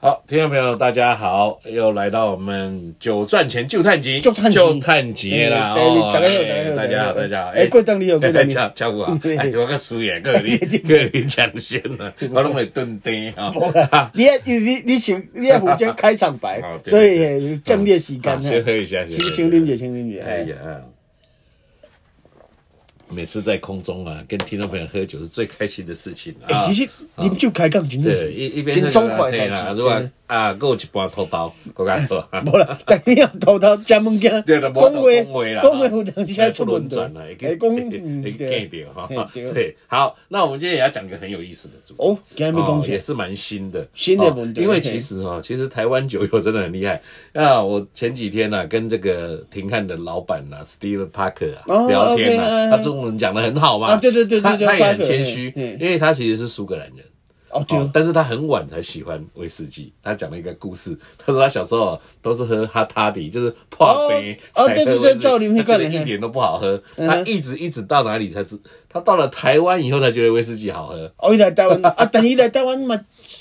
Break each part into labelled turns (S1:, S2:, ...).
S1: 好，听众朋友，大家好，又来到我们九赚钱就探集，
S2: 就探集
S1: 就探集啦！
S2: 哎
S1: 哦，
S2: 大家好
S1: 哎
S2: 大
S1: 大
S2: 家
S1: 家
S2: 好
S1: 好，
S2: 大
S1: 大
S2: 家
S1: 家
S2: 好
S1: 好！
S2: 哎过当你有过当你
S1: 照照 顾啊！
S2: 对
S1: 哎，我个输赢， 个你个你抢先了，我拢会蹲低哈。
S2: 你也你你你想你也负责开场 白
S1: 好，对
S2: 所以呃嘿有正列时间
S1: 好先喝
S2: 哈。
S1: 一下，
S2: 先
S1: 喝一下
S2: 先啉者，先啉者。
S1: 哎
S2: 哎，
S1: 呀，每次在空中啊，跟听众朋友喝酒是最开心的事情啊！
S2: 哎其实啉酒开讲真正
S1: 对，
S2: 是
S1: 一一边
S2: 真
S1: 那个
S2: 爽快的
S1: 嘿
S2: 代
S1: 啦
S2: 志。
S1: 如果
S2: 对
S1: 啊，够一半头包，够较好啊。
S2: 无 啦，但你要偷偷食物件，
S1: 对啦，
S2: 讲
S1: 无讲
S2: 话
S1: 话啦，
S2: 讲话有当时还
S1: 不
S2: 出
S1: 轮
S2: 问题
S1: 转啦，会，
S2: 哎，讲嗯
S1: 会
S2: 对，
S1: 见到
S2: 嘿
S1: 哈。
S2: 对
S1: 对，好，那我们今天也要讲一个很有意思的主题。
S2: 哦，今日要讲
S1: 哦也
S2: 啥？
S1: 是蛮新的，
S2: 新的文
S1: 哦
S2: 对
S1: 因为
S2: 嘿
S1: 其实哦，其实台湾酒友真的很厉害 啊！我前几天呢、啊，跟这个廷汉的老板呐、啊、，Steve Parker 啊、
S2: 哦
S1: 聊天呐、
S2: OK，哎
S1: 他中文讲的很好嘛，
S2: 啊对对对对
S1: 他
S2: 对
S1: 他也很
S2: Parker，
S1: 谦虚，
S2: 嘿
S1: 因为他其实是苏格兰人。
S2: 哦对
S1: 哦，，但是他很晚才喜欢威士忌。他讲了一个故事，他说他小时候哦都是喝哈塔迪，就是破杯
S2: 哦哦
S1: 才喝
S2: 对对对
S1: 威士忌
S2: 照林会
S1: 他觉
S2: 灌
S1: 得
S2: 的
S1: 一
S2: 嘿
S1: 点都不好喝。
S2: 嗯
S1: 他一直一直到哪里才知，他到了台湾以后才觉得威士忌好喝。
S2: 哦，伊来 台湾啊，但伊来台湾嘛，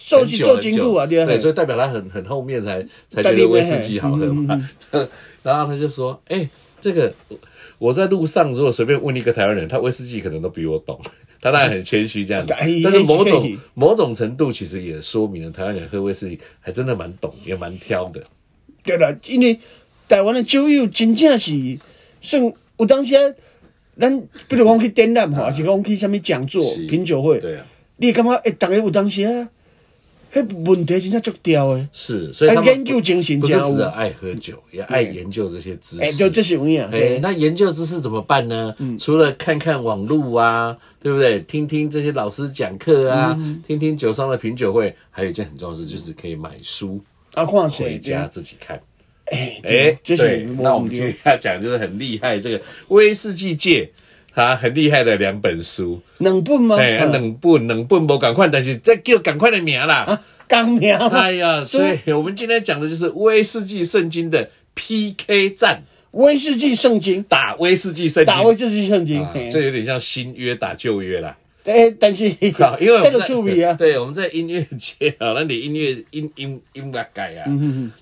S2: 做
S1: 很
S2: 是
S1: 久
S2: 做
S1: 很
S2: 真
S1: 久
S2: 久啊，对啊，
S1: 对，
S2: 嘿
S1: 所以代表他很很后面才才觉得威士忌好喝
S2: 嗯
S1: 嘛。 然后他就说：“哎、这个我我在路上如果随便问一个台湾人，他威士忌可能都比我懂。”他当然很谦虚这样子
S2: 哎，
S1: 但是某
S2: 那是可
S1: 种
S2: 以
S1: 某种程度其实也说明了台湾人喝威士忌还真的蛮懂，也蛮挑的。
S2: 对啦，因为台湾的酒友真正是算有当时啊，咱比如讲去展览吼，还是讲去什么讲座
S1: 啊是、
S2: 品酒会，
S1: 对啊，
S2: 你会感觉诶，大家有当时啊，迄问题真正足刁的，
S1: 是，所以
S2: 哎
S1: 他们
S2: 研究精神
S1: 不是
S2: 家务
S1: 只爱喝酒，也爱研究这些知识。
S2: 诶，欸就这是有影，
S1: 哎、
S2: 对
S1: 那研究知识怎么办呢？
S2: 嗯
S1: 除了看看网络啊，对不对？听听这些老师讲课啊，
S2: 嗯
S1: 听听酒商的品酒会，还有一件很重要的事，就是可以买书
S2: 啊，看
S1: 回
S2: 谁这
S1: 家
S2: 样，
S1: 自己看。
S2: 诶，
S1: 哎、
S2: 对这
S1: 对
S2: 是，
S1: 那我
S2: 无毋
S1: 们今
S2: 对
S1: 天。要讲就是很厉害，这个威士忌界啊很厉害的两本书，
S2: 两本吗？
S1: 哎、啊
S2: 啊
S1: 两本两本不赶快，但是这叫赶快的名啦。
S2: 啊，讲名嘛
S1: 哎呀，所以我们今天讲的就是威士忌圣经的 PK 战，
S2: 威士忌圣经，
S1: 打威士忌圣经。
S2: 打威士忌圣经，嘿
S1: 啊这有点像新约打旧约啦，
S2: 诶，但是
S1: 好，因为我
S2: 这
S1: 们
S2: 个
S1: 在
S2: 趣味啊，
S1: 对，我们在音乐界啊， 那你音乐音音音乐改啊，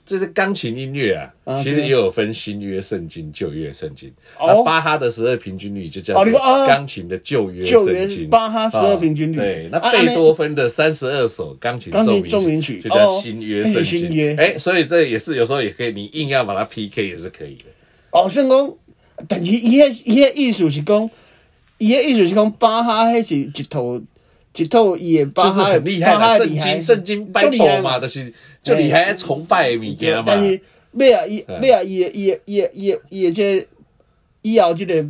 S1: 这是钢琴音乐啊，
S2: 嗯啊
S1: 其实也有分新约圣经、旧约圣经。
S2: 哦
S1: 那巴哈的十二平均律就叫
S2: 哦你
S1: 做
S2: 说啊
S1: 钢琴的旧约
S2: 旧
S1: 圣
S2: 约
S1: 经，
S2: 巴哈十
S1: 啊
S2: 二平均律，
S1: 对，那
S2: 啊
S1: 贝多芬的三十二首钢琴
S2: 钢琴
S1: 奏
S2: 奏
S1: 鸣
S2: 鸣
S1: 曲
S2: 曲
S1: 就叫
S2: 哦
S1: 新约
S2: 那是
S1: 圣
S2: 新约
S1: 经。哎，所以这也是有时候也可以，你硬要把它 PK 也是可以的。
S2: 哦，算讲，但是伊迄伊迄意思是讲，伊迄意思是讲巴哈迄是一套一套伊的
S1: 就
S2: 巴
S1: 是
S2: 哈的
S1: 很厉害
S2: 巴哈
S1: 的
S2: 的
S1: 圣
S2: 厉害
S1: 经，圣经拜
S2: 足厉害
S1: 佛嘛，就是就厉害崇拜的物件嘛
S2: 但。是尾啊伊
S1: 嗯
S2: 尾啊伊的伊的伊的伊的伊的这以后这个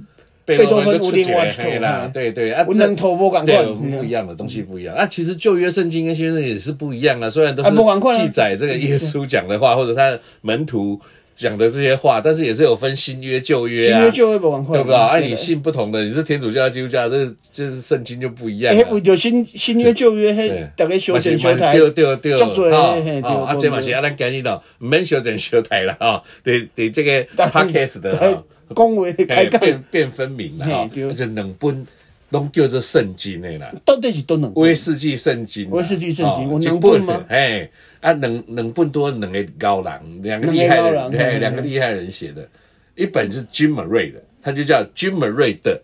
S1: 贝
S2: 多
S1: 多
S2: 芬
S1: 芬
S2: 有
S1: 出
S2: 另
S1: 绝
S2: 外一
S1: 黑啦
S2: 套，，
S1: 对对啊，
S2: 我
S1: 这
S2: 两套不同款
S1: 对，
S2: 嗯
S1: 不一样的东西不一样。那啊其实旧约圣经跟新约圣经也是不一样啊，虽然都是
S2: 啊不同款啊
S1: 记载这个耶稣讲的 话，或者他的门徒讲的这些话，但是也是有分新约旧约
S2: 新
S1: 啊
S2: 约，就会无共款，
S1: 对不对？啊，
S2: 的
S1: 你信不同的，你是天主教、基督教，这这圣经就不一样
S2: 哎
S1: 啊。
S2: 迄为着新新约旧约，
S1: 对
S2: 迄大家修
S1: 嘛
S2: 正
S1: 是嘛
S2: 修
S1: 是
S2: 台，
S1: 对对对，
S2: 足多
S1: 哈
S2: 嘿嘿
S1: 哈啊，
S2: 对
S1: 这嘛是啊，咱今日咯，唔免修整修台啦，吼，对对，这个 podcast 的哈，
S2: 讲话
S1: 哎
S2: 开讲
S1: 变变分明啦，哈
S2: 嘿，对
S1: 这两本拢叫做圣经的啦。
S2: 到底是多两本
S1: 威士忌圣经啊，
S2: 威士忌圣经
S1: 哦
S2: 我
S1: 一
S2: 能
S1: 本
S2: 笨吗
S1: 哎，啊，两两本多两个高人，两个厉害人，
S2: 两个高人嘿
S1: 哎，
S2: 嘿
S1: 两个厉害人写的，一本是 Jim Murray 的，他就叫 Jim Murray 的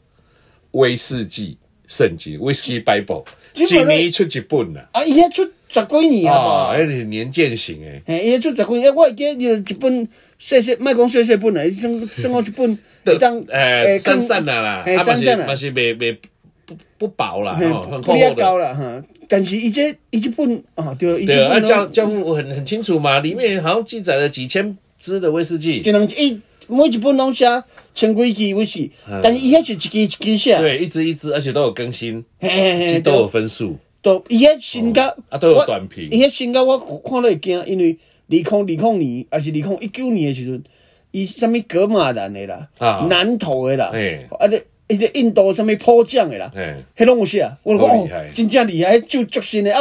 S1: 威士忌圣经 （Whisky Bible），
S2: Jim
S1: 一
S2: Murray
S1: 年出一本啦。
S2: 啊，伊遐出十几年啊吧
S1: 啊，。而且年鉴型诶，
S2: 嘿，伊迄出十几，我会记就一本细细，莫讲细细本啦，伊算算我一本会当
S1: 诶，散散啦啦，
S2: 诶，
S1: 啊，嘛
S2: 散
S1: 是
S2: 散
S1: 嘛
S2: 啦，
S1: 是未未不不薄啦，
S2: 嘿
S1: 哦，很
S2: 不
S1: 厚
S2: 哩
S1: 厚
S2: 高
S1: 的。
S2: 啦哈。但是伊这伊这本哦，对，伊
S1: 对
S2: 这
S1: 啊，
S2: 本
S1: 教
S2: 拢
S1: 教父我很很清楚嘛，里面好像记载了几千支的威士忌，
S2: 就人伊每一本拢写千几支威士，但是伊遐是一支一支写，
S1: 哎对，一支一支，而且都有更新，
S2: 嘿嘿
S1: 其实
S2: 嘿，
S1: 都有
S2: 都
S1: 分数。
S2: 都伊遐新到
S1: 啊都有
S2: 我
S1: 短评
S2: 伊遐新到我看了会惊，因为二零二零年还是二零一九年的时阵，伊啥物格马兰的啦
S1: 啊，
S2: 南投的啦
S1: 嘿，
S2: 啊咧。迄个印度啥物普降的啦，
S1: 哎，
S2: 迄拢有写，我就讲
S1: 都厉
S2: 哦
S1: 害，
S2: 真正厉害，迄酒足新的啊！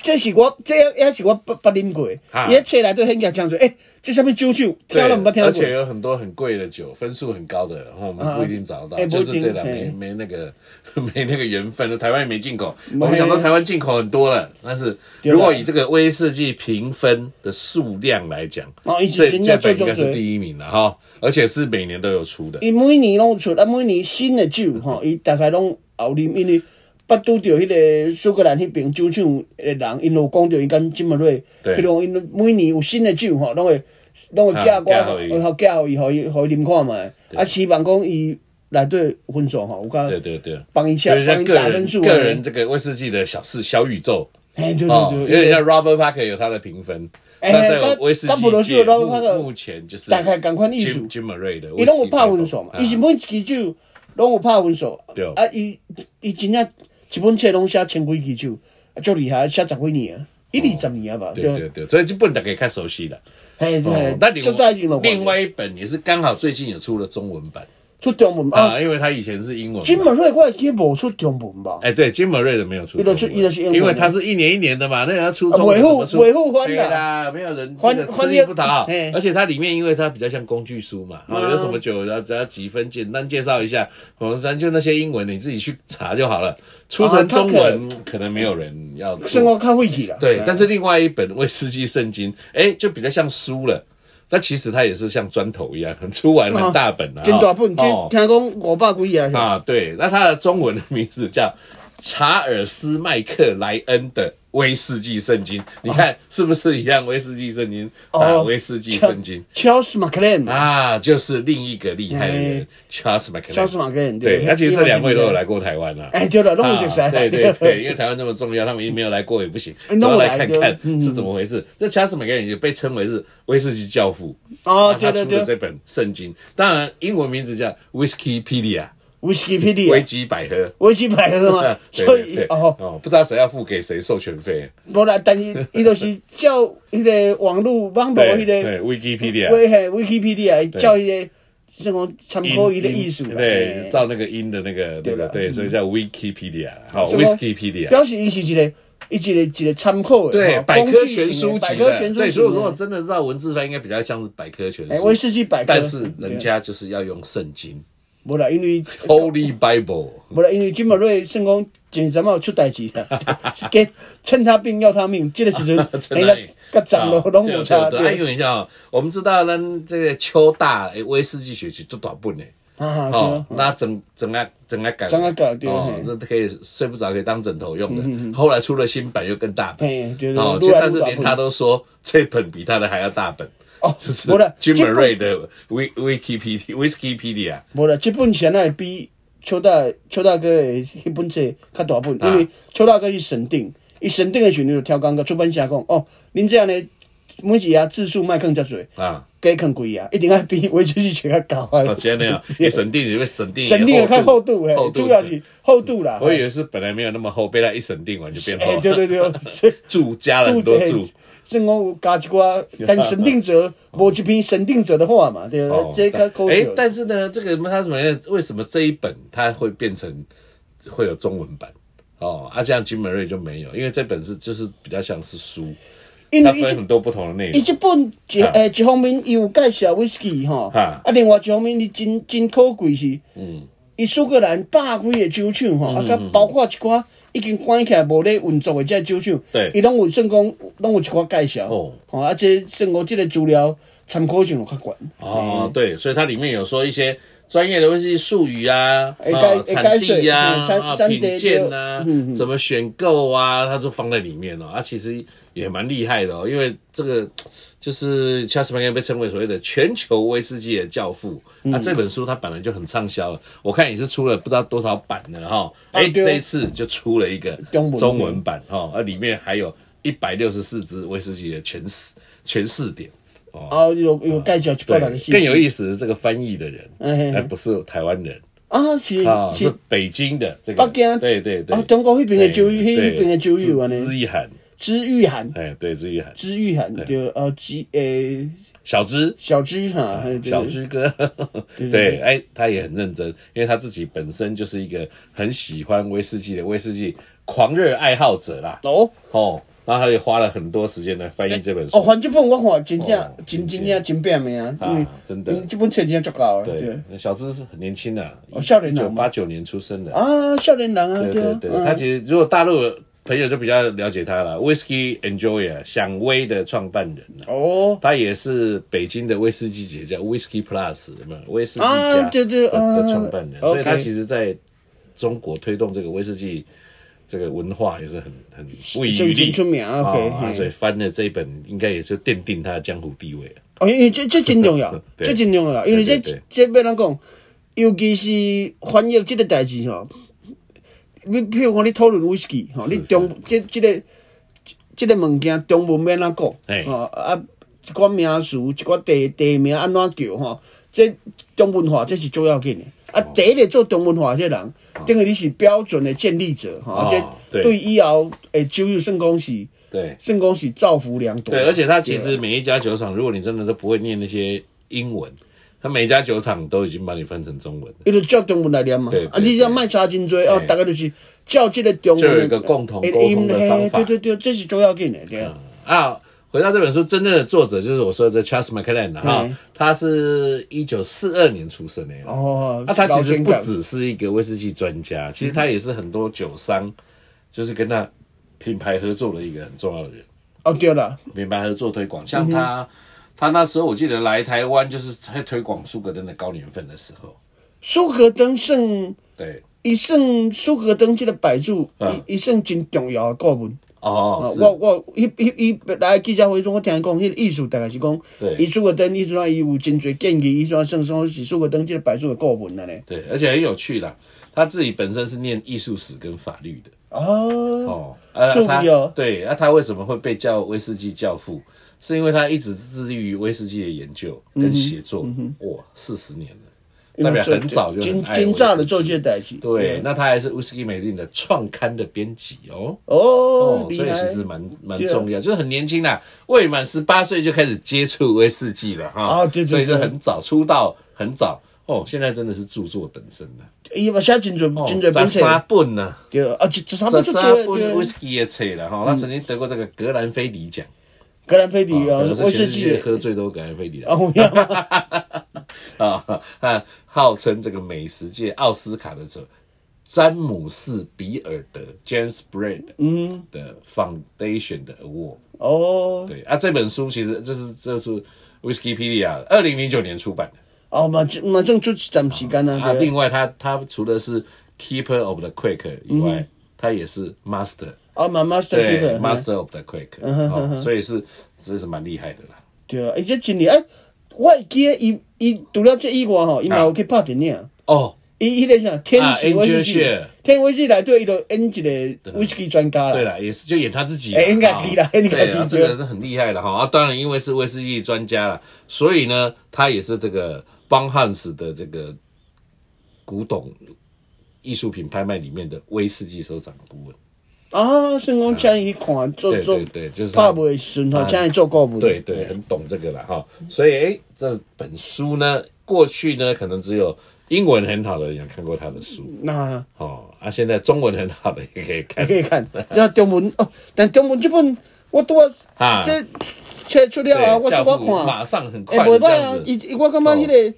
S2: 这是我这也也是我捌捌啉过，
S1: 啊
S2: 伊册内底很加讲说，诶，这啥物酒酒，听
S1: 对
S2: 都毋捌听
S1: 而
S2: 过。
S1: 且有很多很贵的酒，分数很高的，然后我们不一定找到，
S2: 哎
S1: 就是
S2: 不一定
S1: 对了，
S2: 嘿
S1: 没没那个 没那个缘分了。台湾也没进口，
S2: 没
S1: 我们想说台湾进口很多了，但是
S2: 啦
S1: 如果以这个威士忌评分的数量来讲，
S2: 哦以
S1: 这
S2: 前
S1: 这
S2: 要
S1: 本
S2: 做
S1: 应该
S2: 中
S1: 是
S2: 学
S1: 第一名了哈，而且是每年都有出的。
S2: 伊每年拢有出，啊，每年新的酒吼，伊大概拢后啉，因为捌拄着迄个苏格兰迄边酒厂的人，因有讲着伊讲即么类，
S1: 对
S2: 比如讲因每年有新的酒吼，拢会拢会寄
S1: 啊
S2: 我，
S1: 寄互伊
S2: 会互寄互伊，互伊互伊啉看嘛。啊，希望讲伊内底有分数吼，有甲
S1: 对对对。
S2: 帮伊
S1: 有
S2: 写，
S1: 点
S2: 帮
S1: 像
S2: 伊
S1: 个
S2: 打
S1: 人
S2: 分数啊。
S1: 个人这个威士忌的小事小宇宙
S2: 嘿，对
S1: 哦，
S2: 对
S1: 有
S2: 对，
S1: 点像 Robert Parker 有他的评分，
S2: 哎
S1: 那在
S2: 跟
S1: 威士
S2: 跟普
S1: 忌
S2: 罗斯有
S1: 界
S2: Robert
S1: 目
S2: Parker
S1: 目前就是
S2: 大概同款意思
S1: Jim Jim Murray 的，啊
S2: 伊拢有拍分数嘛，伊是每一支酒拢有拍分数，
S1: 对
S2: 啊，伊伊真正一本册拢写千几支酒，啊，足厉害，写十几年啊，一二十年啊吧，
S1: 对哦对对，所以就不能大家看熟悉了。
S2: 嘿
S1: 哦
S2: 对，，
S1: 那你
S2: 足早以前就
S1: 另外一本也是刚好最近有出了中文版
S2: 出中文嘛啊，
S1: 啊，因为他以前是英文版。
S2: 金门瑞我会记无出中文吧，
S1: 哎，对，金门瑞的没有出中文，
S2: 伊就出伊就是英文的
S1: 因为他是一年一年的嘛，那要出
S2: 啊
S1: 中文
S2: 维护
S1: 怎么出
S2: 维护翻
S1: 对
S2: 的
S1: 啦，没有人
S2: 翻
S1: 这个吃
S2: 翻
S1: 力
S2: 页
S1: 不讨好
S2: 嘿，嗯
S1: 而且它里面因为它比较像工具书嘛，啊，有什么酒，然后只要几分，简单介绍一下，我们咱就那些英文你自己去查就好了，出
S2: 啊
S1: 成
S2: 它
S1: 中
S2: 可
S1: 文可能没有人要读，
S2: 生活较晦气啦，
S1: 对，但是另外一本《威士忌圣经》，哎，就比较像书了。但其实它也是像砖头一样，很出完很大本啊，
S2: 真大本，
S1: 哦
S2: 就听讲五百几啊，
S1: 啊，对。那它的中文的名字叫查尔斯·麦克莱恩的《威士忌圣经》，你看是不是一样？威士忌圣经打威士忌圣经。
S2: 哦，Charles McLean，Charles
S1: 啊，就是另一个厉害的人
S2: 哎
S1: ，Charles McLean。
S2: McLean，
S1: 对，他其实这两位都有，来过台湾啊。
S2: 哎，对了，拢有熟悉
S1: 啊，对对对，因为台湾那么重要，他们一没有来过也不 行，
S2: 嗯
S1: 总要
S2: 那我
S1: 来看
S2: 来对嗯
S1: 看是怎么回事。这查尔斯·麦克也被称为是威士忌教父，啊
S2: 哦
S1: 那他
S2: 对
S1: 出
S2: 对
S1: 的
S2: 对
S1: 这本圣经，当然英文名字叫
S2: 啊
S1: Whiskypedia，维
S2: Wikipedia，
S1: 基百科。
S2: 维基百 科
S1: 对
S2: 啊嘛，所
S1: 对
S2: 以
S1: 对
S2: 哦。
S1: 哦，不知道谁要付给谁授权费。
S2: 无啦，但是伊就是照迄个网络网络
S1: 对
S2: 迄个
S1: 对，Wikipedia
S2: 威嘿 Wikipedia 照迄个算讲参考伊的意思啦。
S1: 对，
S2: 嘿，
S1: 照那个音的那个那
S2: 对
S1: 个
S2: 吧
S1: 对，所以叫 Wikipedia，好
S2: 所以说
S1: 哦，Wikipedia。
S2: 表示伊是一个伊一个一个参考的，
S1: 对，
S2: 吼
S1: 百
S2: 哦工
S1: 科
S2: 具型
S1: 全
S2: 的
S1: 书
S2: 百
S1: 籍
S2: 科
S1: 的，
S2: 全书
S1: 对，
S2: 型
S1: 所以
S2: 的
S1: 如果真的绕文字翻，应该比较像是百科全
S2: 哎
S1: 书。
S2: 威士忌百科
S1: 但是人家就是要用圣经
S2: 无啦，因为
S1: （Holy Bible）。
S2: 无啦，因为金马瑞算讲前阵仔有出代志啦， 是给趁他病要他命，即个 时阵哎
S1: 真的
S2: 甲长老拢无差
S1: 对，对对哎，因
S2: 对，
S1: 为你像我们知道咱这个秋大诶威士忌学习就短本诶。
S2: 啊对
S1: 哦
S2: 啊，，
S1: 那整整啊整啊改，
S2: 整啊改对
S1: 哦
S2: 嘿，嗯
S1: 那可以睡不着可以当枕头用的。后来出了新版又更大本
S2: 嘿，对对对
S1: 哦，
S2: 越来越
S1: 但是
S2: 大
S1: 连
S2: 本
S1: 他都说这本比他的还要大本。
S2: 哦
S1: 就是
S2: 无啦，
S1: Jim
S2: 这本
S1: Murray 的 Wik Wikipedia Wikipedia
S2: 无啦，即本先会比邱大邱大哥的迄本册较大本，
S1: 啊
S2: 因为邱大哥伊审定，伊审定的时阵就超工甲出版社讲，哦，恁这样呢，每一页字数莫囥遮侪，
S1: 啊，
S2: 加囥几啊，一定爱比维持是全较高啊
S1: 哦，。今天那样，也审定也会审定，
S2: 审定的较厚度诶
S1: 厚，度
S2: 主要是厚度啦。
S1: 我以为是本来没有那么厚，被他一审定完就变厚
S2: 哎，
S1: 了。
S2: 对 对对，是
S1: 注加了很多注，
S2: 正讲有加一寡， 但审定者无一篇审定者的话嘛，对
S1: 哦
S2: 不对？这较高
S1: 哎
S2: 笑，。
S1: 但是呢，这个它什么？为什么这一本它会变成会有中文版？哦，啊，这样金门瑞就没有，因为这本是就是比较像是书，
S2: 因
S1: 它
S2: 为伊
S1: 分很多不同的内
S2: 伊
S1: 容。
S2: 即本一
S1: 啊
S2: 诶、一方面伊有介绍 whisky 吼，
S1: 啊
S2: 啊，另外一方面伊真真可贵是，嗯，伊苏格兰百几个酒厂
S1: 嗯
S2: 吼，啊，甲包括一寡已经关起来无咧运作的这酒厂，
S1: 对
S2: 伊拢有算讲，拢有一寡介绍，
S1: 哦
S2: 吼、啊，这算讲即个资料参考性有较悬，哎
S1: 哦，对，所以它里面有说一些专业的威士忌术语啊，
S2: 哎
S1: 啊，
S2: 该哎
S1: 产
S2: 该
S1: 地呀、
S2: 水嗯山
S1: 啊，
S2: 山
S1: 品
S2: 地
S1: 鉴
S2: 就
S1: 啊，
S2: 嗯
S1: 怎么选购啊，它都放在里面哦。啊，其实也蛮厉害的哦，因为这个就是 Charles m a c a n 被称为所谓的全球威士忌的教父。
S2: 嗯
S1: 啊，这本书它本来就很畅销了，我看也是出了不知道多少版了哈。哎，
S2: 对哦
S1: 这一次就出了一个
S2: 中文
S1: 中文版哈，而里面还有一百六十四支威士忌的全四全四点。
S2: 啊，有有介绍一寡人的信息
S1: 更有意思，这个翻译的人，
S2: 嗯嘿
S1: 哎，不是台湾人
S2: 啊，是
S1: 啊，是
S2: 是
S1: 北京的这个，
S2: 北京
S1: 对对对，
S2: 啊，中国迄边的
S1: 对
S2: 酒，迄
S1: 对
S2: 迄边的酒友安
S1: 是
S2: 尼，
S1: 知一涵，
S2: 知玉涵，
S1: 哎，对，知一涵，
S2: 知玉涵对，呃，知诶、
S1: 小知。
S2: 小知哈，嘿对
S1: 小知哥，对，哎，他也很认真，因为他自己本身就是一个很喜欢威士忌的威士忌狂热爱好者啦。
S2: 哦。
S1: 哦，然后他也花了很多时间来翻译这本
S2: 哦，
S1: 书。
S2: 环境本我看真
S1: 哦
S2: 正真真正真拼命啊，因为
S1: 啊真的
S2: 嗯这本册真正足够的，
S1: 对
S2: 对，
S1: 小资是很年轻的，
S2: 哦少年
S1: 一九
S2: 郎嘛
S1: 八九年出生的。
S2: 啊，少年人啊，
S1: 对
S2: 对
S1: 对
S2: 啊
S1: 对，
S2: 嗯
S1: 他其实如果大陆朋友就比较了解他了，Whisky Enjoyer 响威的创办人啊
S2: 哦，
S1: 他也是北京的威士忌节叫 Whisky Plus 有没有威士忌
S2: 啊
S1: 家
S2: 对对
S1: 的
S2: 啊
S1: 的创办人，所以
S2: OK
S1: 他其实在中国推动这个威士忌这个文化也是很很不遗余
S2: 真真
S1: 力
S2: 出名
S1: 啊
S2: ，OK，
S1: 啊
S2: 嘿
S1: 所以翻了这一本，应该也是奠定他的江湖地位了。，
S2: 哦，因为这这真重要
S1: 对
S2: 这真重要，因为这
S1: 对对
S2: 这要咱讲，尤其是翻译这个代志吼，你譬如讲你讨论威士忌吼，你中这这个这个物件中文要安怎
S1: 嘿
S2: 讲？吼啊，一寡名词，一寡地地名安怎叫吼？这中文化这是最要紧的。啊，第一个做中文化这人，等于你是标准的建立者吼，啊，
S1: 哦
S2: 这
S1: 对
S2: 对以后诶，酒友算讲是
S1: 对
S2: 算讲是造福良多。
S1: 对，而且他其实每一家酒厂，如果你真的都不会念那些英文，他每一家酒厂都已经把你翻成中文了。
S2: 伊就照中文来念嘛
S1: 对，
S2: 啊，
S1: 对
S2: 你这卖差真多哦
S1: 对，
S2: 大概就是照这个中
S1: 就有
S2: 文
S1: 一个
S2: 的
S1: 共同
S2: 的
S1: 沟通的
S2: 音
S1: 方法
S2: 嘿对对对，这是重要紧的，对啊，
S1: 啊，回到这本书，真正的作者就是我说的这 Charles McLean 了哈
S2: 嗯，
S1: 他是一九四二年出生的。
S2: 哦，
S1: 那、他啊其实不
S2: 老先嗯
S1: 只是一个威士忌专家，其实他也是很多酒商，就是跟他品牌合作的一个很重要的人。
S2: 搞哦，对了，
S1: 品牌合作推广，像
S2: 嗯
S1: 他，他那时候我记得来台湾就是在推广苏格登的高年份的时候，
S2: 苏格登算
S1: 对，
S2: 伊算苏格登这个摆主，伊伊算真重要的顾问。
S1: 哦
S2: 啊，
S1: 嗯是
S2: 我我伊伊伊来记者会中，我听讲迄个意思大概是讲
S1: 对，
S2: 伊苏格登伊说伊有真侪建议，伊说算算是苏格登这个摆主的顾问了咧。
S1: 对，而且很有趣啦。他自己本身是念艺术史跟法律的
S2: 哦，
S1: 哦，呃
S2: 注意
S1: 他
S2: 哦
S1: 对，那、他为什么会被叫威士忌教父？是因为他一直致力于威士忌的研究
S2: 嗯
S1: 跟写作，哇，四十年了，代表很早就很
S2: 真
S1: 爱
S2: 真
S1: 威
S2: 早的
S1: 士忌
S2: 做这个代志。
S1: 对，那他还是 Whisky Magazine 的创刊的编辑哦。
S2: 哦
S1: 哦，，所
S2: 厉
S1: 以
S2: 害。
S1: 其实蛮蛮
S2: 对啊
S1: 重要，就是很年轻啦，未满十八岁就开始接触威士忌了哈。
S2: 啊对对
S1: 所以就
S2: 对
S1: 很早出道，很早哦。现在真的是著作等身了，
S2: 伊嘛写真侪真侪
S1: 十
S2: 本册
S1: 三，本呢，
S2: 对啊，一一三
S1: 十
S2: 本就
S1: 三
S2: 多
S1: 本
S2: 对嗯
S1: 威。士忌也册了哈。他曾经得过这个格兰菲迪奖，
S2: 格兰菲迪啊
S1: 可能，是全
S2: 威士
S1: 世
S2: 忌
S1: 界喝最多格兰菲迪的
S2: 啊，我要
S1: 啊啊，号称这个美食界奥斯卡的者。詹姆斯·比尔德 （James Braid） 嗯的 Foundation 的 Award，
S2: 哦
S1: 对啊，这本书其实这是这是 Wikipedia 二零零九年出版的
S2: 哦，嘛这嘛正出一站时间
S1: 啊。
S2: 啊，对
S1: 另外它，它除了是 Keeper of the Quake 以外，它也是 Master
S2: 啊，嘛 master
S1: 对
S2: 嗯 keeper，嗯
S1: Master of the Quake，哦所以是这是蛮厉害的啦。
S2: 对啊，伊这真厉害。我会记得伊伊除了这以外吼，
S1: 啊
S2: 伊嘛有去拍电影。
S1: 哦，
S2: 伊伊个啥天使威士忌
S1: Angel Share，
S2: 天威士忌内底伊就演一个威士忌专家
S1: 啊对
S2: 啦。
S1: 了，也是就演他自己啦，
S2: 哎应该
S1: 哦
S2: 是啦应该是
S1: 对啊，这
S2: 对
S1: 个是很厉害的哈。啊，当然因为是威士忌专家了，所以呢，他也是这个邦汉斯的这个古董艺术品拍卖里面的威士忌收藏顾问。
S2: 啊，算讲请伊去看做
S1: 对
S2: 做
S1: 对对就是
S2: 拍
S1: 他
S2: 卖的时阵吼，请伊做顾问。
S1: 对对，很懂这个了哈。所以，哎，这本书呢，过去呢，可能只有英文很好的人看过他的书
S2: 那。
S1: 哦，啊，现在中文很好的也可以看
S2: 可以看，这中文哦，但中文这本我拄啊，
S1: 啊。
S2: 这切出了啊，
S1: 对
S2: 我
S1: 教
S2: 这
S1: 父
S2: 我看
S1: 马，上很
S2: 哎，
S1: 快
S2: 袂
S1: 的这
S2: 歹啊
S1: 样，子，哦
S2: 伊伊我感觉迄个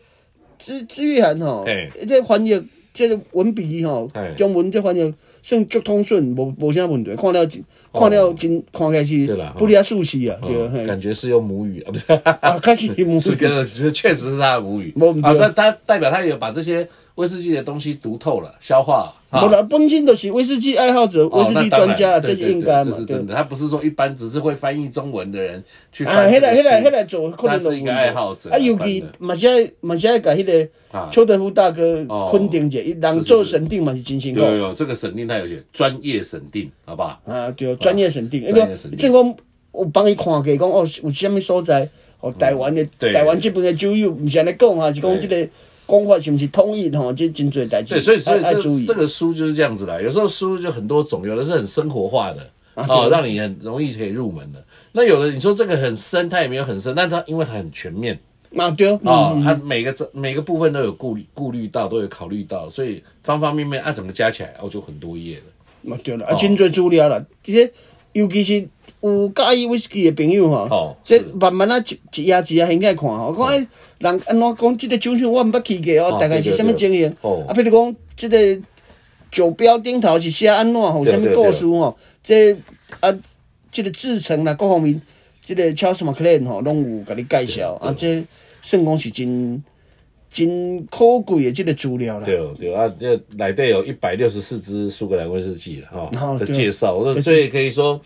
S2: 资资玉涵吼
S1: 嘿，
S2: 这翻译这个文笔吼
S1: 嘿，
S2: 中文这翻译算足通顺，无无啥问题，看了真看了真看起来
S1: 哦对
S2: 是
S1: 啦哦
S2: 不离啊舒适啊，对
S1: 嗯
S2: 嘿
S1: 感，觉是用母语啊，不是。
S2: 啊，开始无
S1: 是跟确实是他的母语
S2: 没问题
S1: 啊，但他代表他有把这些威士忌的东西读透了、消化了啊
S2: 无。啦，本身就是威士忌爱好者、威
S1: 哦
S2: 士
S1: 那
S2: 忌
S1: 当然
S2: 专家，
S1: 对
S2: 这
S1: 对
S2: 是应
S1: 对
S2: 该
S1: 这
S2: 嘛
S1: 是，
S2: 对
S1: 真。的。他不是说一般只是会翻译中文的人去
S2: 啊，
S1: 翻
S2: 迄
S1: 这
S2: 个、迄个、
S1: 书
S2: 迄个做，可能
S1: 他是一个爱好者
S2: 啊，尤
S1: 反
S2: 其
S1: 正
S2: 嘛是爱嘛是爱甲迄
S1: 啊
S2: 个邱德夫大哥
S1: 哦
S2: 肯定者，伊人做审定嘛是真辛苦
S1: 有。有有，这个审定他有写专业审定，好不好？
S2: 啊，对，专业审定。伊
S1: 专
S2: 讲
S1: 业审定，
S2: 正讲有帮伊看过，讲哦，有啥物所在，哦，台湾的
S1: 嗯对
S2: 台湾这边的酒友，毋是安尼讲啊，是讲即个讲法是毋是统一吼，这真侪代志，
S1: 对，所以所以
S2: 爱爱注
S1: 这
S2: 意
S1: 这。个书就是这样子啦。有时候书就很多种，有的是很生活化的
S2: 啊
S1: 哦，让你很容易可以入门的。那有的你说这个很深，它也没有很深，但它因为它很全面
S2: 啊，对，
S1: 哦，它每个每个部分都有顾虑顾虑到，都有考虑到，所以方方面啊面按整个加起来，哦，就很多页了。
S2: 嘛对啦，啊，真侪资料啦，即个尤其是有介意 whisky 的朋友吼、
S1: 哦
S2: 这
S1: 是
S2: 慢慢啊一一夜一夜现在看吼，我讲哎，人安怎讲？即个酒厂我毋捌去过哦，
S1: 哦
S2: 大概是
S1: 对对
S2: 什么
S1: 对
S2: 情形？
S1: 哦
S2: 啊，譬如讲即个酒标顶头是写安怎吼，
S1: 对
S2: 什么
S1: 对
S2: 故
S1: 对
S2: 事吼？这啊，即个制成啦，各方面，即个 Charles McLean 吼，拢有甲你介绍啊，这算讲是真真可贵的即个资料啦。
S1: 对对啊，这奶队有一百六十四支苏格兰威士忌了哈
S2: 哦
S1: 的
S2: 对
S1: 介绍，那所以可以说，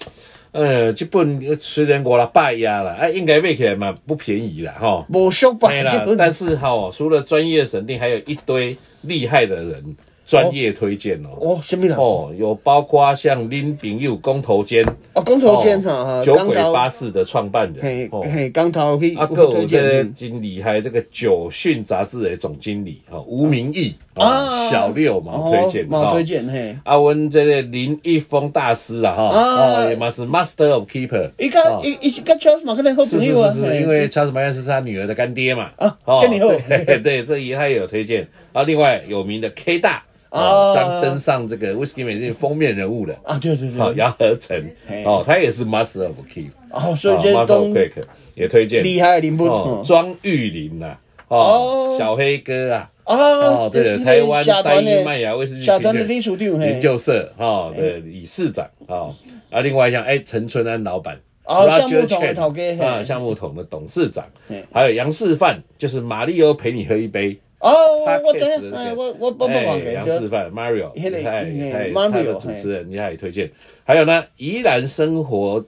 S1: 呃，这本虽然我来拜呀了，啊，应该卖起来嘛不便宜啦哈。
S2: 无俗吧？
S1: 对啦
S2: 这本，
S1: 但是哈、除了专业审定，还有一堆厉害的人专业推荐哦。
S2: 哦，什么人？
S1: 哦，有包括像林炳佑、工头坚、
S2: 哦，光头尖哈哈，
S1: 酒
S2: 光
S1: 鬼
S2: 头
S1: 巴士的创办人
S2: 呃嘿，
S1: 哦，
S2: 嘿，刚头去
S1: 啊，
S2: 有
S1: 各有
S2: 推
S1: 这个
S2: 荐你，
S1: 经理，还有这个九讯杂志的总经理哦，吴明义哦，
S2: 啊
S1: 小六嘛推荐
S2: 冇
S1: 哈
S2: 推。荐嘿。
S1: 啊，阮这个林一峰大师啦哈，
S2: 啊
S1: 哦，也嘛是 Master of Keeper。
S2: 伊甲伊伊是甲 Charles 马克莱好
S1: 是
S2: 朋
S1: 是
S2: 友啊，
S1: 哦是是，
S2: 嘿
S1: 因为 Charles Mayer 是他女儿的干爹嘛。哦
S2: 啊这里有
S1: 这 对，这一他也有推荐。啊，另外有名的 K 大哦，
S2: 啊
S1: 当登上这个 Whisky 美信封面人物了。
S2: 啊，对对
S1: 好，
S2: 对，
S1: 姚和成
S2: 嘿
S1: 哦，他也是 Master of Keep，
S2: 哦，所
S1: 哦
S2: 以这
S1: Master
S2: 都
S1: of Quick 也推荐
S2: 厉害的人物
S1: 哦，
S2: 哦
S1: 庄玉林呐，哦
S2: 哦，
S1: 小黑哥啊，
S2: 啊
S1: 哦，对了，
S2: 那个
S1: 台湾
S2: 社
S1: 单
S2: 团
S1: 一
S2: 的
S1: 麦芽威士忌
S2: 社团的
S1: 评
S2: 哎理
S1: 选
S2: 事长
S1: 研
S2: 嘿，
S1: 究社哈的理事长啊，啊，另外像哎陈春安老板。
S2: 哦
S1: Roger
S2: 橡木桶的
S1: Chen，
S2: 头家嘿哎
S1: 啊，橡木桶的董事长
S2: 嘿，
S1: 还有杨示范，就是马里欧陪你喝一杯，
S2: 哦，我我
S1: Podcast 的
S2: 知影，
S1: 那
S2: 哎，
S1: 个
S2: 我我我不看
S1: 哎杨
S2: 过
S1: 示
S2: 就
S1: 范 Mario，
S2: 那个
S1: 你看
S2: 那个
S1: 哎
S2: Mario，
S1: 他的主持人，你看也推荐。还有呢，宜兰生活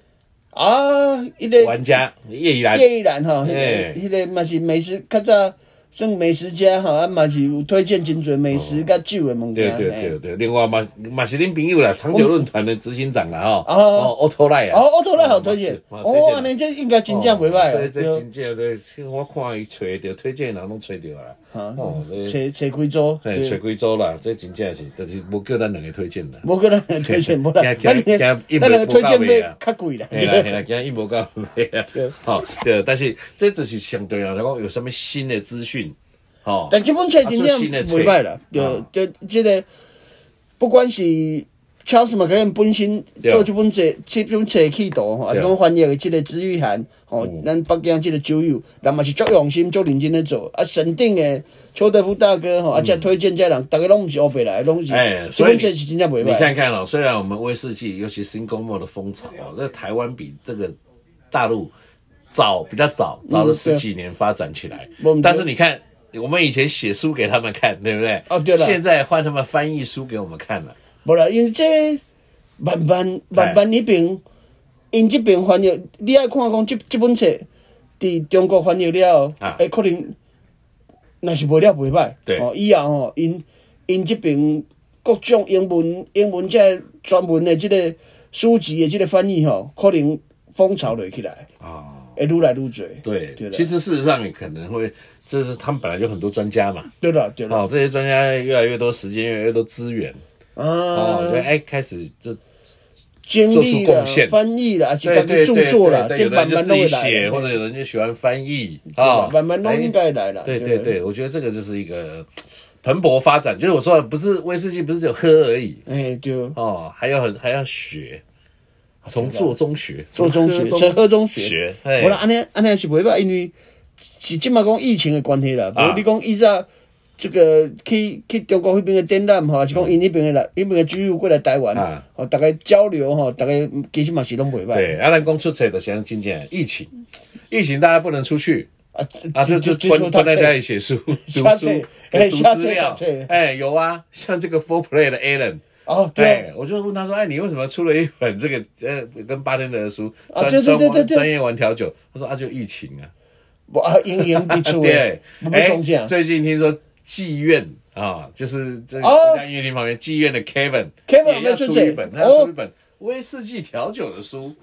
S2: 啊，伊个
S1: 玩家叶宜兰，
S2: 叶一兰吼，迄
S1: 哎
S2: 个迄个嘛是美食，较早算美食家吼，啊嘛是有推荐真侪美食甲酒的物
S1: 对
S2: 件，
S1: 哦
S2: 哎
S1: 对
S2: 嘿
S1: 对对，另外嘛嘛是恁朋友啦，长久论坛的执行长啦哈，
S2: 哦
S1: 哦，奥托赖啊，
S2: 哦，我都来好推荐，
S1: 嘛推
S2: 哦，安
S1: 荐啦
S2: 尼这应该真正袂歹
S1: 所以
S2: 哦
S1: 这
S2: 对。
S1: 真正这我看伊揣着推荐人拢揣着啦，
S2: 어,
S1: 哦，这
S2: 找找几组，
S1: 嘿揣
S2: 对，
S1: 几组啦，这真正是，但是无叫咱两个推荐 啦。
S2: 无个咱的推荐，无啦，
S1: 惊
S2: 咱
S1: 惊
S2: 咱
S1: 惊
S2: 咱两个推
S1: 一模一
S2: 荐
S1: 样
S2: 要较贵啦，
S1: 嘿啦嘿啦，今伊无到尾啊
S2: 对，
S1: 好对，但是这只是相对来讲有什么新的资讯，哦，
S2: 但这本册真
S1: 啊
S2: 正
S1: 做新的册
S2: 袂歹啦，对
S1: 啊，
S2: 就这个不管是 Charles m c l a n 本身
S1: 对
S2: 做这本册，这本册的气度吼，还是
S1: 对嗯
S2: 讲翻译的这个资玉涵吼，咱北京这个酒友，人嘛是足用心、足认真咧做，啊，神定的邱德夫大哥吼，啊，这推荐这人，大家拢毋是黑白来的，拢是
S1: 嗯哎，，
S2: 这
S1: 所以
S2: 本
S1: 你
S2: 册是真正袂
S1: 你
S2: 歹。
S1: 看看哦，虽然我们威士忌，尤其新公墨的风潮哦，
S2: 啊
S1: 在台湾比这个大陆早比较早，早了十几年发展起来。
S2: 对
S1: 但是你看，我们以前写书给他们看，对不对？
S2: 哦对了
S1: 现在换他们翻译书给我们看了。
S2: 无啦，因为这慢慢慢慢迄边，因即边翻译，你爱看讲即即本册，伫中国翻译了后，会、
S1: 啊
S2: 可能若是卖了袂歹。
S1: 对
S2: 哦，以后吼，因因即边各种英文英文这专门的即个书籍的即个翻译吼，可能风潮落起来，
S1: 哦，
S2: 会愈来愈多。
S1: 对，
S2: 对啦
S1: 其实事实上也可能会，这是他们本来就很多专家嘛。
S2: 对啦，对啦。
S1: 哦，这些专家越来越多时间，越来越多资源。
S2: 啊，
S1: 哦，所以哎，开始这
S2: 经
S1: 做出
S2: 历啦
S1: 贡献、
S2: 翻译啦，还是
S1: 对
S2: 家己
S1: 对
S2: 著
S1: 对
S2: 作啦，
S1: 对
S2: 这
S1: 对，有的
S2: 慢
S1: 人就
S2: 慢
S1: 自
S2: 拢
S1: 己
S2: 会来
S1: 写，
S2: 的。
S1: 或者有人就喜欢翻译
S2: 啊
S1: 啊，，
S2: 慢慢拢
S1: 哎
S2: 应该来啦。
S1: 对对对，我觉得这个就是一个蓬勃发展。就是我说，不是威士忌，不是只有喝而已
S2: 哎，对，
S1: 哦，还要很还要学，从做中学，
S2: 做中学，
S1: 从
S2: 从喝中学。
S1: 学，
S2: 无啦，
S1: 哎，
S2: 安尼安尼也是袂歹，因为是即嘛讲疫情的关系啦。
S1: 啊
S2: 无你讲以前这个去去中国迄边的展览吼，还是讲因迄边的来，迄边的居友过来台湾
S1: 啊，
S2: 吼，大家交流吼，大家其实嘛是拢袂歹。
S1: 对，阿兰公出差的像今年疫情，疫情大家不能出 去。
S2: 啊
S1: 啊，就就关关在家里写 书、读
S2: 下
S1: 书
S2: 次、
S1: 跟
S2: 哎
S1: 读
S2: 下
S1: 资
S2: 次
S1: 料
S2: 下次。
S1: 哎，有啊，像这个 Four Play 的 Alan，
S2: 哦，对
S1: 对，我就问他说：“哎，你为什么出了一本这个呃跟八天的书，
S2: 啊
S1: 专
S2: 对对
S1: 专
S2: 对
S1: 玩
S2: 对对
S1: 专业玩调酒？”他说：“啊，就疫情啊。
S2: 无啊，营营必出
S1: 对
S2: 的，不，
S1: 哎
S2: 从啥，
S1: 最近听说妓院啊，就是这个
S2: 哦
S1: 国家音乐厅旁边妓院的 Kevin，Kevin
S2: Kevin
S1: 也要
S2: 出
S1: 出
S2: 这
S1: 一本，他
S2: 哦
S1: 要出一本威士忌调酒的书。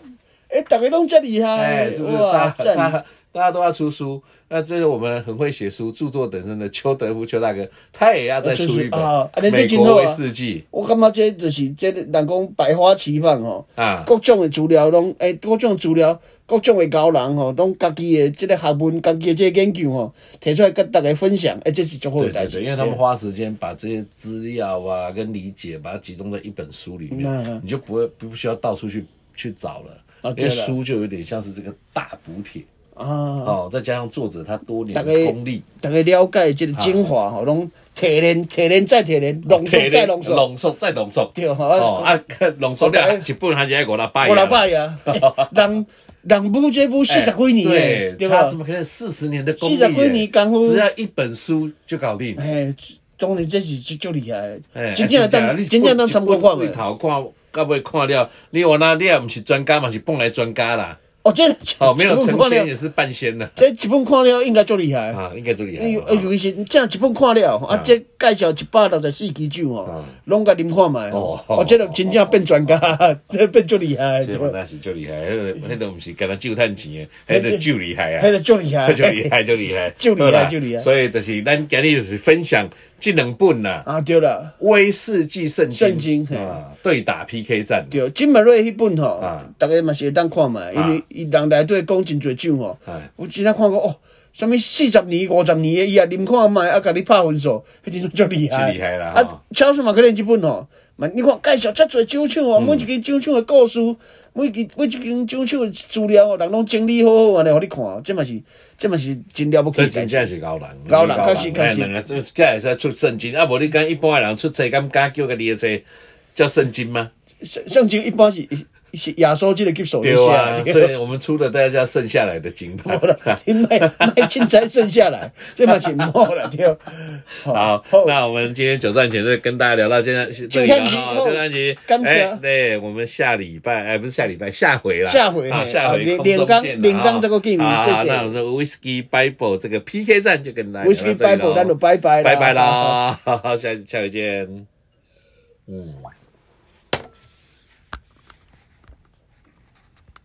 S2: 哎，大家拢遮厉害
S1: 哎，，是不是？大
S2: 哇，
S1: 家大
S2: 赞！
S1: 家大家都要出书，那这是我们很会写书、著作等身的邱德夫邱大哥，他也要再出一本
S2: 啊啊
S1: 《
S2: 那
S1: 美
S2: 这真好啊
S1: 国威士忌
S2: 我感觉这就是这人讲百花齐放吼。》
S1: 啊，
S2: 各种的资料拢，诶、各种资料，各种的高人吼，拢家己的即个学问，家己的即个研究吼，提出来跟大家分享，诶、这是足好的
S1: 对
S2: 代
S1: 对
S2: 志。
S1: 对，因为他们花时间把这些资料啊跟理解，把它集中在一本书里面
S2: 嗯，
S1: 你就不会不不需要到处去去找了。
S2: 哦
S1: 因
S2: 对
S1: 为
S2: 了，
S1: 书就有点像是这个大补帖
S2: 啊，
S1: 哦，再加上作者他多年
S2: 大
S1: 的
S2: 概
S1: 功力，
S2: 大家了解这个精华
S1: 啊
S2: 吼，拢提炼、提炼再提炼，
S1: 哦
S2: 浓缩再浓缩，
S1: 浓缩再浓缩，
S2: 对吼
S1: 哦
S2: 啊，
S1: 啊，浓缩了一本还是要五六百页啊，
S2: 我老爸呀，欸人人母这母四十几年
S1: 哎
S2: 嘞，
S1: 对，
S2: 对
S1: 差
S2: 吧？
S1: 什么可能四十年的功力耶，
S2: 40几年功夫
S1: 只要一本书就搞定。
S2: 哎，当然这是足足厉害
S1: 哎
S2: 的，真正当真正当参观看
S1: 回
S2: 未？
S1: 头看，到尾看了，你我那你也不是专家嘛，是蹦来专家啦。
S2: 哦，这
S1: 哦，没有成仙也
S2: 了，
S1: 是半仙呐。
S2: 这一本看了应该足厉害。
S1: 啊，应该这里
S2: 哎呦，
S1: 还
S2: 哎
S1: 好。
S2: 尤其是这样一本看了，啊，这介绍一百六十四支酒哦
S1: 啊，
S2: 拢甲啉看卖哦
S1: 哦，
S2: 哦，这就真正变专家， 这变足厉害，
S1: 这
S2: 对
S1: 嘛
S2: 吧？
S1: 那是最厉害，
S2: 哎
S1: 迄个迄个不是跟他救探钱的，迄个就厉害啊
S2: 迄。个足厉 害，
S1: 就厉害，就厉害，
S2: 哎就厉害
S1: 好啦
S2: 就厉害
S1: 所以就是咱今日就是分享这两本啦，
S2: 啊，对啦，
S1: 《威士忌圣经》
S2: 圣经嘿
S1: 啊，对打 PK 战，
S2: 对，金马瑞迄本吼
S1: 啊，
S2: 大家嘛是会当看卖，因为伊人内底讲真侪酒吼
S1: 哎，
S2: 我真正看过哦，什物四十年、五十年的，伊也啉看卖，啊，甲你拍分数，迄真正足厉害，
S1: 是厉害啦吼
S2: 啊，超市嘛可能即本吼。嘛，你看介绍遮侪酒厂哦，每一间酒厂的故事，每一间每一间酒厂的资料哦，人拢整理好好安尼，互你看，这嘛是，这嘛是真了不起
S1: 所以
S2: 的
S1: 真
S2: 代志。
S1: 正是高人，
S2: 高人
S1: 确实
S2: 确实确实
S1: 两个这这也是出圣经，啊，无你讲一般的人出册，敢敢叫个你的册叫圣经吗？
S2: 圣圣经一般是是耶稣即个接手
S1: 对
S2: 的写
S1: 啊，
S2: 的。
S1: 所以我们出的大家叫剩下来的经 吧。
S2: 你卖卖凊彩剩下来，这嘛是 唔好啦，对。
S1: 好，那我们今天九站前就跟大家聊到现在这里了哈，
S2: 九
S1: 九
S2: 站
S1: 站
S2: 前
S1: 集，
S2: 感谢啊
S1: 哎对，我们下礼拜，哎，不是下礼拜，下回啦，
S2: 下回
S1: 啊，
S2: 嘿
S1: 下
S2: 啊
S1: 回
S2: 连
S1: 空中
S2: 连
S1: 见
S2: 连
S1: 啊
S2: 刚再过见面
S1: 啊
S2: 谢谢
S1: 那我们的 Whisky Bible 这个 PK 战就跟大家
S2: Whisky
S1: 聊到这里
S2: Bible，
S1: 咯
S2: 咱就拜拜啦
S1: 拜拜啦，下下回见。嗯。